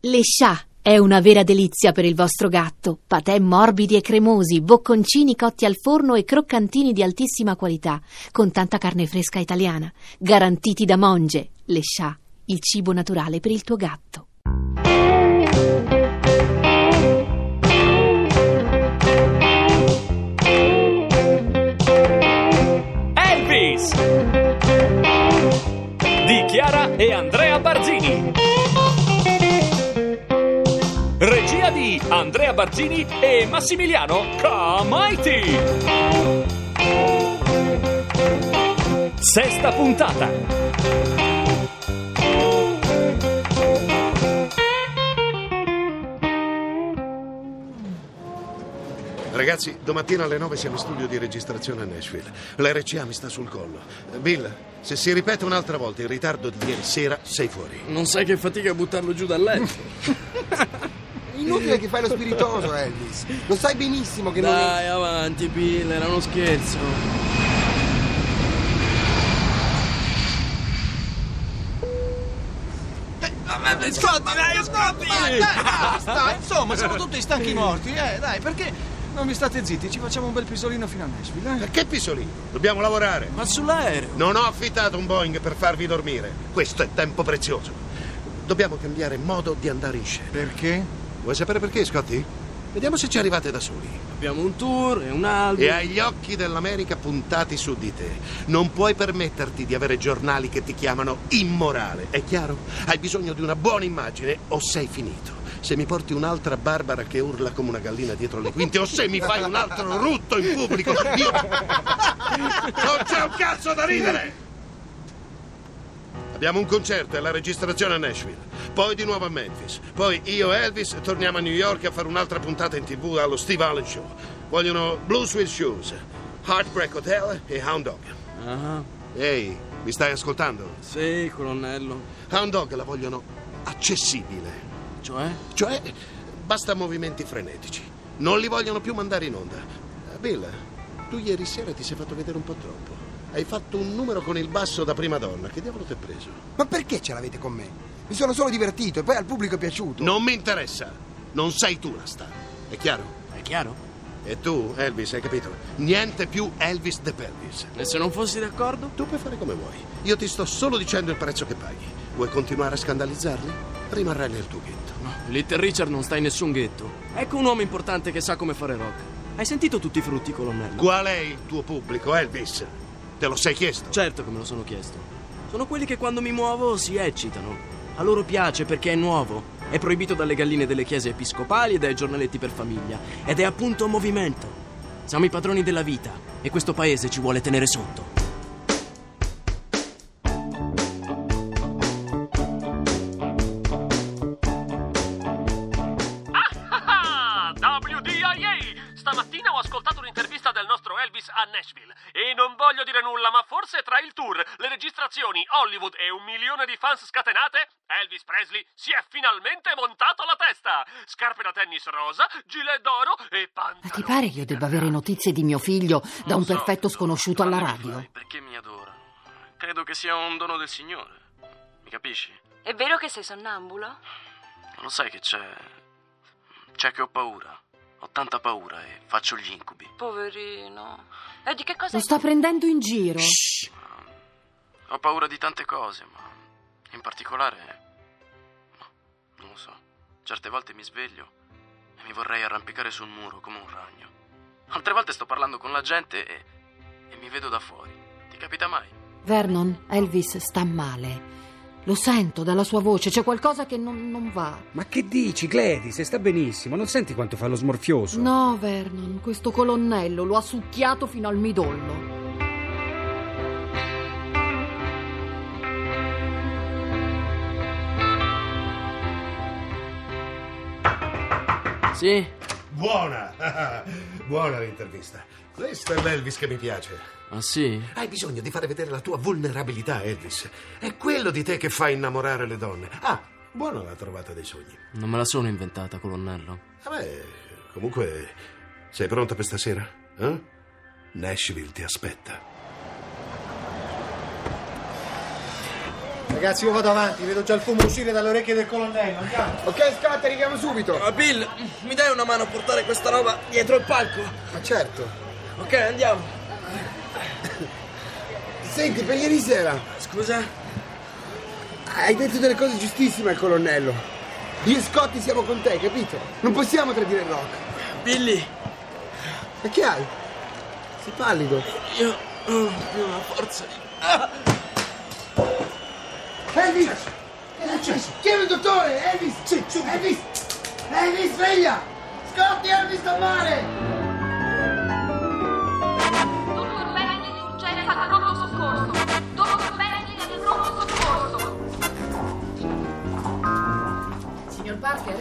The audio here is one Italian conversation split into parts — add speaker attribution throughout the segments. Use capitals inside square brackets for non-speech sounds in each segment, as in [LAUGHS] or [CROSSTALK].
Speaker 1: Le scià è una vera delizia per il vostro gatto. Patè morbidi e cremosi, bocconcini cotti al forno e croccantini di altissima qualità, con tanta carne fresca italiana, garantiti da Monge. Le scià, il cibo naturale per il tuo gatto.
Speaker 2: Elvis di Chiara e Andrea Barzini. Regia di Andrea Barzini e Massimiliano Comaiti. Sesta puntata.
Speaker 3: Ragazzi, domattina alle 9 siamo in studio di registrazione a Nashville. L'RCA mi sta sul collo. Bill, se si ripete un'altra volta il ritardo di ieri sera, sei fuori.
Speaker 4: Non sai che fatica buttarlo giù dal [LAUGHS] letto.
Speaker 5: Inutile che fai lo spiritoso, Elvis. Lo sai benissimo che non è.
Speaker 4: Dai, avanti, Bill, era uno scherzo.
Speaker 6: Scotti, dai, scotti!
Speaker 5: Ah,
Speaker 6: Basta, [LAUGHS] insomma, siamo tutti stanchi morti, eh, dai, perché non vi state zitti? Ci facciamo un bel pisolino fino a Nashville, eh?
Speaker 3: Perché pisolino? Dobbiamo lavorare.
Speaker 4: Ma sull'aereo?
Speaker 3: Non ho affittato un Boeing per farvi dormire. Questo è tempo prezioso. Dobbiamo cambiare modo di andare in scena.
Speaker 5: Perché?
Speaker 3: Vuoi sapere perché, Scotty? Vediamo se ci arrivate da soli.
Speaker 4: Abbiamo un tour e un album.
Speaker 3: E hai gli occhi dell'America puntati su di te. Non puoi permetterti di avere giornali che ti chiamano immorale, è chiaro? Hai bisogno di una buona immagine o sei finito. Se mi porti un'altra Barbara che urla come una gallina dietro le quinte o se mi fai un altro rutto in pubblico, io... Non c'è un cazzo da ridere! Abbiamo un concerto e la registrazione a Nashville, poi di nuovo a Memphis, poi io e Elvis torniamo a New York a fare un'altra puntata in tv allo Steve Allen Show. Vogliono Blues with Shoes, Heartbreak Hotel e Hound Dog.
Speaker 4: Ah,
Speaker 3: Ehi, mi stai ascoltando?
Speaker 4: sì, colonnello.
Speaker 3: Hound Dog la vogliono accessibile,
Speaker 4: Cioè?
Speaker 3: cioè basta movimenti frenetici. Non li vogliono più mandare in onda. Eh, Bill, tu ieri sera ti sei fatto vedere un po' troppo. Hai fatto un numero con il basso da prima donna. Che diavolo ti è preso?
Speaker 5: Ma perché ce l'avete con me? Mi sono solo divertito e poi al pubblico è piaciuto.
Speaker 3: Non mi interessa. Non sei tu la star. È chiaro?
Speaker 4: È chiaro?
Speaker 3: E tu, Elvis, hai capito? Niente più Elvis de Pelvis.
Speaker 4: E se non fossi d'accordo?
Speaker 3: Tu puoi fare come vuoi. Io ti sto solo dicendo il prezzo che paghi. Vuoi continuare a scandalizzarli? Rimarrai nel tuo ghetto.
Speaker 4: Little Richard non sta in nessun ghetto. Ecco un uomo importante che sa come fare rock. Hai sentito tutti i frutti, colonnello?
Speaker 3: Qual è il tuo pubblico, Elvis? Te lo sei chiesto?
Speaker 4: Certo che me lo sono chiesto. Sono quelli che quando mi muovo si eccitano. A loro piace perché è nuovo. È proibito dalle galline delle chiese episcopali e dai giornaletti per famiglia. Ed è appunto movimento. Siamo i padroni della vita e questo paese ci vuole tenere sotto.
Speaker 7: Ah, WDIA! Stamattina ho ascoltato un'intervista del nostro Elvis a Nashville e non voglio dire nulla, ma forse tra il tour, le registrazioni, Hollywood e un milione di fans scatenate, Elvis Presley si è finalmente montato la testa! Scarpe da tennis rosa, gilet d'oro e pantaloni.
Speaker 8: Ma ti pare che io debba avere notizie di mio figlio da un perfetto sconosciuto alla radio?
Speaker 4: Perché mi adora? Credo che sia un dono del Signore. Mi capisci?
Speaker 9: È vero che sei sonnambulo?
Speaker 4: Ma Lo sai che c'è. C'è che ho paura. Ho tanta paura e faccio gli incubi.
Speaker 9: Poverino. E di che cosa
Speaker 8: Lo sta prendendo in giro.
Speaker 4: Ho paura di tante cose, ma in particolare. no, Non lo so. Certe volte mi sveglio e mi vorrei arrampicare sul muro come un ragno. Altre volte sto parlando con la gente e. e mi vedo da fuori. Ti capita mai?
Speaker 8: Vernon, Elvis sta male. Lo sento dalla sua voce, c'è qualcosa che non, non va.
Speaker 10: Ma che dici, Gladys? Sta benissimo, non senti quanto fa lo smorfioso?
Speaker 8: No, Vernon, questo colonnello lo ha succhiato fino al midollo.
Speaker 4: Sì.
Speaker 3: Buona! [LAUGHS] Buona l'intervista. Questo è l'Elvis che mi piace.
Speaker 4: Ah sì?
Speaker 3: Hai bisogno di fare vedere la tua vulnerabilità, Elvis. È quello di te che fa innamorare le donne. Ah, buona la trovata dei sogni.
Speaker 4: Non me la sono inventata, colonnello.
Speaker 3: Vabbè, Eh, comunque, sei pronta per stasera? Eh? Nashville ti aspetta.
Speaker 11: Ragazzi, io vado avanti, vedo già il fumo uscire dalle orecchie del colonnello. Andiamo.
Speaker 5: Ok, scatta, richiamo subito.
Speaker 4: Ma Bill, mi dai una mano a portare questa roba dietro il palco?
Speaker 5: Ma certo.
Speaker 4: Ok, andiamo.
Speaker 5: Senti, per ieri sera.
Speaker 4: Scusa?
Speaker 5: Hai detto delle cose giustissime al colonnello. Io e Scotti siamo con te, capito? Non possiamo tradire il rock.
Speaker 4: Billy.
Speaker 5: Ma che hai? Sei pallido. Ah!
Speaker 4: Io. Oh, più una forza di.
Speaker 5: Elvis! Che è successo? Chiama il dottore! Elvis! Sì, Elvis! Elvis, sveglia! Scotti, Elvis sta male!
Speaker 9: Dottor Melanie d'urgenza del pronto soccorso. Dottor Melanie del pronto soccorso.
Speaker 12: Signor Parker?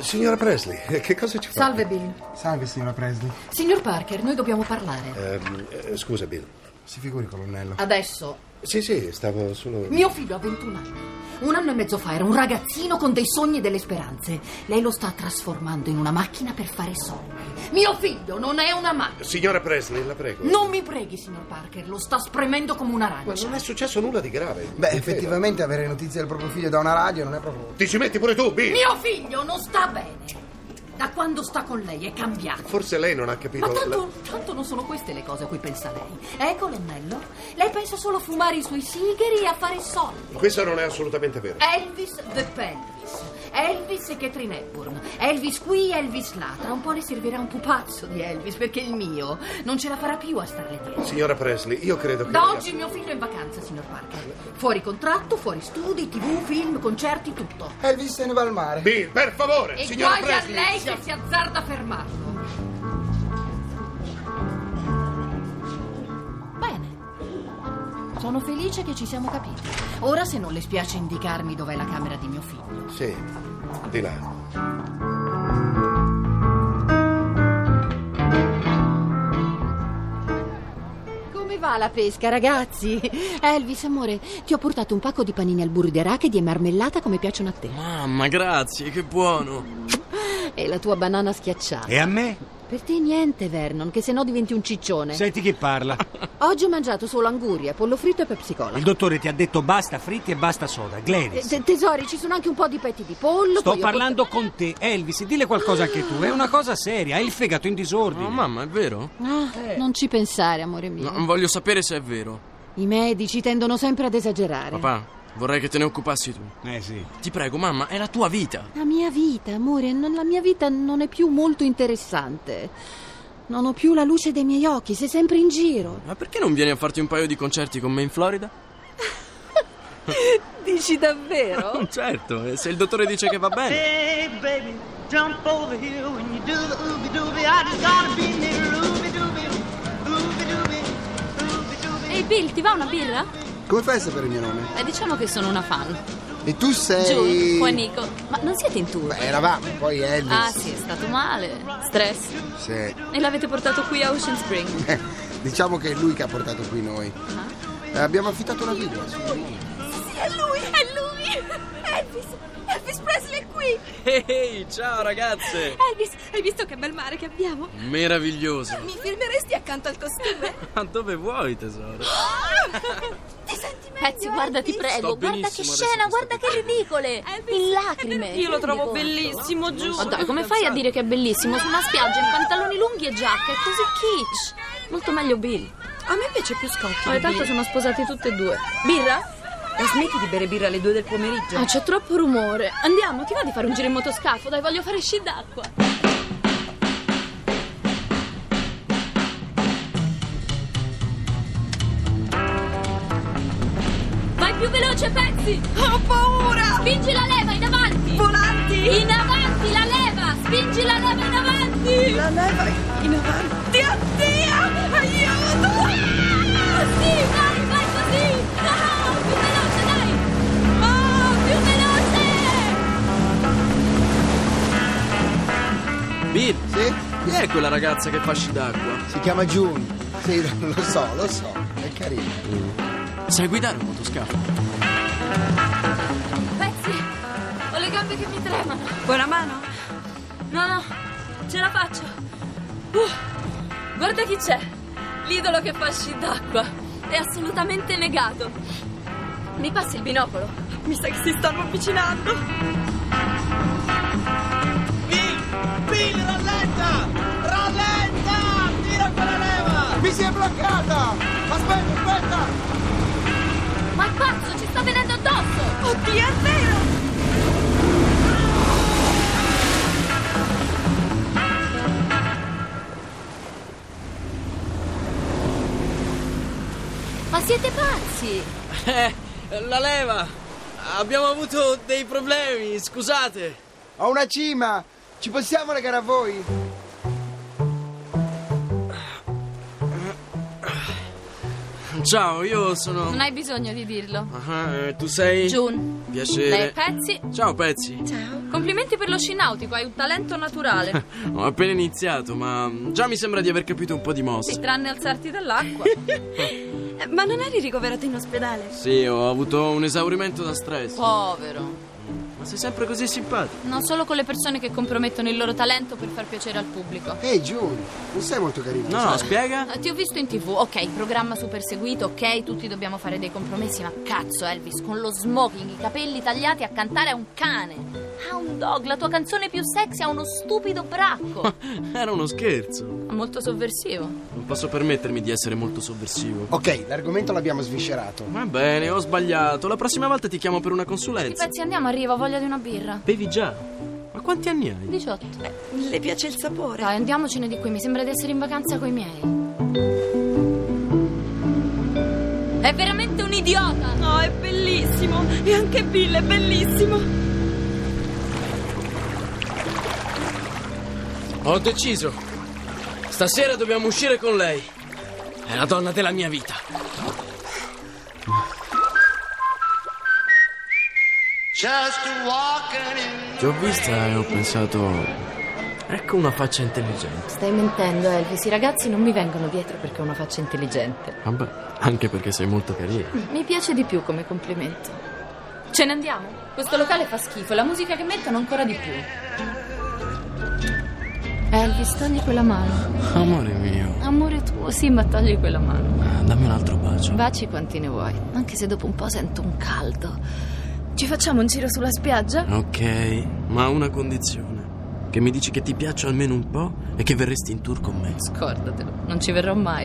Speaker 3: Signora Presley, eh, che cosa ci fa?
Speaker 12: Salve Bill.
Speaker 11: Salve, signora Presley.
Speaker 12: Signor Parker, noi dobbiamo parlare.
Speaker 3: Ehm, eh, scusa, Bill.
Speaker 11: Si figuri, colonnello.
Speaker 12: Adesso.
Speaker 3: Sì, sì, stavo solo.
Speaker 12: Mio figlio ha 21 anni. Un anno e mezzo fa era un ragazzino con dei sogni e delle speranze. Lei lo sta trasformando in una macchina per fare soldi. Mio figlio non è una macchina.
Speaker 3: Signora Presley, la prego.
Speaker 12: Non mi preghi, signor Parker, lo sta spremendo come
Speaker 3: Ma
Speaker 12: un'arancia.
Speaker 3: non è successo nulla di grave.
Speaker 5: Beh, effettivamente avere notizie del proprio figlio da una radio non è proprio.
Speaker 3: Ti ci metti pure tu, Bill!
Speaker 12: Mio figlio non sta bene. Da quando sta con lei è cambiato.
Speaker 3: Forse lei non ha capito.
Speaker 12: Ma
Speaker 3: la-
Speaker 12: tanto, tanto non sono queste le cose a cui pensa lei. Eh, colonnello? Lei pensa solo a fumare i suoi sigari e a fare soldi.
Speaker 3: Questo non è assolutamente
Speaker 12: Eh.
Speaker 3: vero.
Speaker 12: Elvis the Pelvis. Elvis e Catherine Hepburn. Elvis qui, Elvis là. Tra un po' le servirà un pupazzo di Elvis perché il mio non ce la farà più a starle dietro.
Speaker 3: Signora Presley, io credo che.
Speaker 12: Da oggi mio figlio è in vacanza, signor Parker. Fuori contratto, fuori studi, tv, film, concerti, tutto.
Speaker 5: Elvis se ne va al mare.
Speaker 3: Bill, per favore,
Speaker 12: E
Speaker 3: signora
Speaker 12: guai a
Speaker 3: Presley.
Speaker 12: lei che si azzarda a fermarlo. Bene. Sono felice che ci siamo capiti. Ora, se non le spiace indicarmi dov'è la camera di mio figlio.
Speaker 3: Sì, di là.
Speaker 13: Come va la pesca, ragazzi?
Speaker 14: Elvis, amore, ti ho portato un pacco di panini al burro di arachidi e marmellata come piacciono a te.
Speaker 4: Mamma, grazie, che buono.
Speaker 14: E la tua banana schiacciata.
Speaker 15: E a me?
Speaker 14: Per te niente, Vernon, che sennò diventi un ciccione.
Speaker 15: Senti chi parla.
Speaker 14: Oggi ho mangiato solo anguria, pollo fritto e pepsicola.
Speaker 15: Il dottore ti ha detto basta fritti e basta soda.
Speaker 14: Eh,
Speaker 15: Gladys.
Speaker 14: te- tesori, ci sono anche un po' di petti di pollo.
Speaker 15: Sto
Speaker 14: poi ho
Speaker 15: parlando con te, Elvis, dille qualcosa anche tu. È una cosa seria, hai il fegato in disordine. No,
Speaker 4: mamma, è vero?
Speaker 14: Ah, Non ci pensare, amore mio.
Speaker 4: Non voglio sapere se è vero.
Speaker 14: I medici tendono sempre ad esagerare.
Speaker 4: Papà, vorrei che te ne occupassi tu.
Speaker 15: Eh sì.
Speaker 4: Ti prego, mamma, è la tua vita.
Speaker 14: La mia vita, amore, non- la mia vita non è più molto interessante. Non ho più la luce dei miei occhi, sei sempre in giro.
Speaker 4: Ma perché non vieni a farti un paio di concerti con me in Florida?
Speaker 14: Dici davvero?
Speaker 4: Certo, e se il dottore dice che va bene.
Speaker 16: Hey, baby, jump over here when you do the ooby dooby. I just gotta be near ooby dooby, ooby dooby, ooby dooby.
Speaker 1: Ehi Bill, ti va una birra?
Speaker 5: Come fai a sapere il mio nome?
Speaker 1: Eh, diciamo che sono una fan.
Speaker 5: E tu sei.
Speaker 1: Nico. Ma non siete in tour?
Speaker 5: Beh, eravamo, poi Elvis.
Speaker 1: Ah sì, è stato male. Stress.
Speaker 5: Sì. [LAUGHS]
Speaker 1: E l'avete portato qui a Ocean Spring?
Speaker 5: Eh, Diciamo che è lui che ha portato qui noi.
Speaker 1: Ah.
Speaker 5: Eh, Abbiamo affittato una villa.
Speaker 9: Sì, è lui, è lui. Elvis, Elvis Presley è qui.
Speaker 4: [LAUGHS] Ehi, ciao ragazze.
Speaker 9: Elvis, hai visto che bel mare che abbiamo?
Speaker 4: Meraviglioso.
Speaker 9: Mi filmeresti accanto al costume?
Speaker 4: [LAUGHS] Ma dove vuoi, tesoro?
Speaker 9: Ti senti meglio? Pezzi, guarda, ti
Speaker 4: prego, Sto guarda che benissimo adesso scena, che
Speaker 9: guarda che ridicole. In lacrime.
Speaker 1: Io lo trovo bellissimo, giù.
Speaker 9: Ma dai, come fai a dire che è bellissimo? Su una spiaggia in pantaloni lunghi e giacca, è così kitsch. Molto meglio Bill. A me piace più Scotty. Ma tanto sono sposati tutti e due. Birra? E smetti di bere birra alle due del pomeriggio. Ah, c'è troppo rumore. Andiamo, ti va di fare un giro in motoscafo? Dai, voglio fare sci d'acqua. Vai più veloce, pezzi! Ho paura! Spingi la leva in avanti! Volanti! In avanti la leva! Spingi la leva in avanti! La leva in avanti! Oddio! Aiuto! Ah! Sì, dai, vai così! Ah, più veloce, dai! Oh, più veloce!
Speaker 4: Bill, chi è quella ragazza che fa sci d'acqua?
Speaker 5: Si chiama June. Sì, [LAUGHS] lo so, lo so. È carino.
Speaker 4: Sai guidare un motoscafo?
Speaker 9: Pezzi! Ho le gambe che mi tremano!
Speaker 1: Buona mano?
Speaker 9: No, no, ce la faccio! Uh, guarda chi c'è! L'idolo che fa sci d'acqua! È assolutamente negato!
Speaker 12: Mi passi il binocolo? Mi sa che si stanno avvicinando.
Speaker 17: Bill! Bill, rallenta! Rallenta! Tira quella leva! Mi si è bloccata! Aspetta, aspetta!
Speaker 18: Ma il pazzo ci sta venendo addosso! Oddio, è vero! Ma siete pazzi!
Speaker 4: Eh, la leva! Abbiamo avuto dei problemi, scusate!
Speaker 5: Ho una cima! Ci possiamo legare a voi?
Speaker 4: Ciao, io sono.
Speaker 12: Non hai bisogno di dirlo.
Speaker 4: Ah, eh, tu sei.
Speaker 12: June.
Speaker 4: Piacere.
Speaker 12: Lei è Pezzi.
Speaker 4: Ciao, Pezzi.
Speaker 12: Ciao. Complimenti per lo scinautico, hai un talento naturale.
Speaker 4: Ho appena iniziato, ma già mi sembra di aver capito un po' di mosse.
Speaker 12: Sì, tranne alzarti dall'acqua. [LAUGHS] Ma non eri ricoverato in ospedale?
Speaker 4: Sì, ho avuto un esaurimento da stress.
Speaker 12: Oh. Povero.
Speaker 4: Ma sei sempre così simpatico.
Speaker 12: Non solo con le persone che compromettono il loro talento per far piacere al pubblico.
Speaker 5: Ehi, June, non sei molto carino.
Speaker 4: No,
Speaker 5: sai?
Speaker 4: no, spiega. [LAUGHS]
Speaker 12: Eh, Ti ho visto in tv, ok, programma super seguito, ok, tutti dobbiamo fare dei compromessi, ma cazzo Elvis, con lo smoking, i capelli tagliati a cantare a un cane. A un dog, la tua canzone più sexy a uno stupido bracco.
Speaker 4: Era uno scherzo.
Speaker 12: [LAUGHS] Molto sovversivo.
Speaker 4: Non posso permettermi di essere molto sovversivo.
Speaker 5: Ok, l'argomento l'abbiamo sviscerato.
Speaker 4: Va bene, ho sbagliato. La prossima volta ti chiamo per una consulenza.
Speaker 12: Pezzi, andiamo, arriva, ho voglia di una birra.
Speaker 4: Bevi già. Ma quanti anni hai?
Speaker 12: 18. Eh, le piace il sapore? Dai, andiamocene di qui, mi sembra di essere in vacanza coi miei. È veramente un idiota!
Speaker 18: No, è bellissimo! E anche Bill è bellissimo!
Speaker 4: Ho deciso. Stasera dobbiamo uscire con lei. È la donna della mia vita.
Speaker 19: Just walking in.
Speaker 4: Ti ho vista e ho pensato. Ecco una faccia intelligente.
Speaker 20: Stai mentendo, Elvis. I ragazzi non mi vengono dietro perché ho una faccia intelligente.
Speaker 4: Vabbè, anche perché sei molto carina.
Speaker 20: Mi piace di più come complimento.
Speaker 12: Ce ne andiamo? Questo locale fa schifo, la musica che mettono ancora di più.
Speaker 20: Elvis, togli quella mano.
Speaker 4: Amore mio,
Speaker 20: Amore tuo, sì, ma togli quella mano.
Speaker 4: dammi un altro bacio.
Speaker 20: Baci quanti ne vuoi, anche se dopo un po' sento un caldo. Ci facciamo un giro sulla spiaggia?
Speaker 4: Ok, ma a una condizione. Che mi dici che ti piaccio almeno un po' e che verresti in tour con me.
Speaker 20: Scordatelo, non ci verrò mai.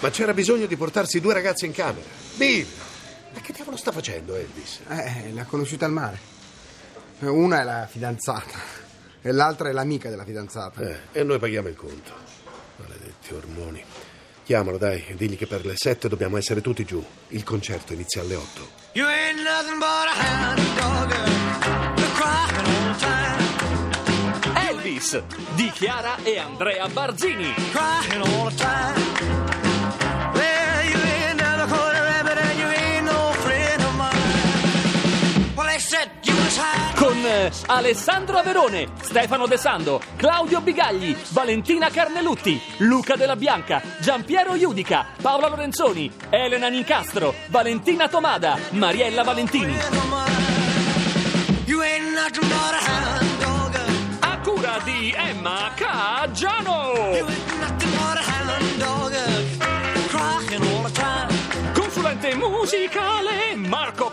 Speaker 3: Ma c'era bisogno di portarsi due ragazze in camera. Bill! Ma che diavolo sta facendo Elvis?
Speaker 5: Eh, l'ha conosciuta al mare. Una è la fidanzata e l'altra è l'amica della fidanzata.
Speaker 3: Eh, e noi paghiamo il conto. Maledetti ormoni. Chiamalo, dai, e digli che per le sette dobbiamo essere tutti giù. Il concerto inizia alle otto.
Speaker 19: You ain't nothing but a hound dog. The crying all the time.
Speaker 2: Elvis di Chiara e Andrea Barzini.
Speaker 19: Crying all the time. Well, you ain't never caught a rabbit and you ain't no friend of mine. Well, they said you was high.
Speaker 2: Con eh, Alessandro Averone, Stefano De Sando, Claudio Bigagli, Valentina Carnelutti, Luca Della Bianca, Giampiero Iudica, Paola Lorenzoni, Elena Nicastro, Valentina Tomada, Mariella Valentini.
Speaker 19: You ain't nothing but a hound dog.
Speaker 2: A cura di Emma Caggiano.
Speaker 19: You ain't nothing but a hound dog. uh, Crying all the time.
Speaker 2: Consulente musicale Marco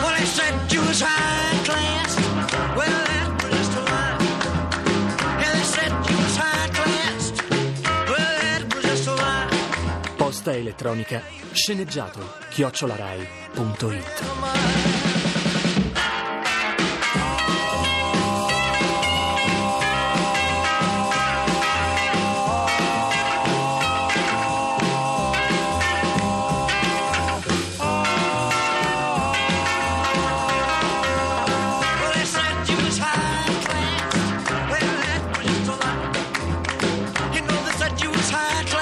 Speaker 19: Well, they said you was high class. Well, that was the lie. Yeah, they said you was high class. Well, that was just a lie.
Speaker 2: Posta elettronica sceneggiato chiocciolarai.it
Speaker 19: Well, they said you was high class. Well, that was just a lie. You know they said you was high class.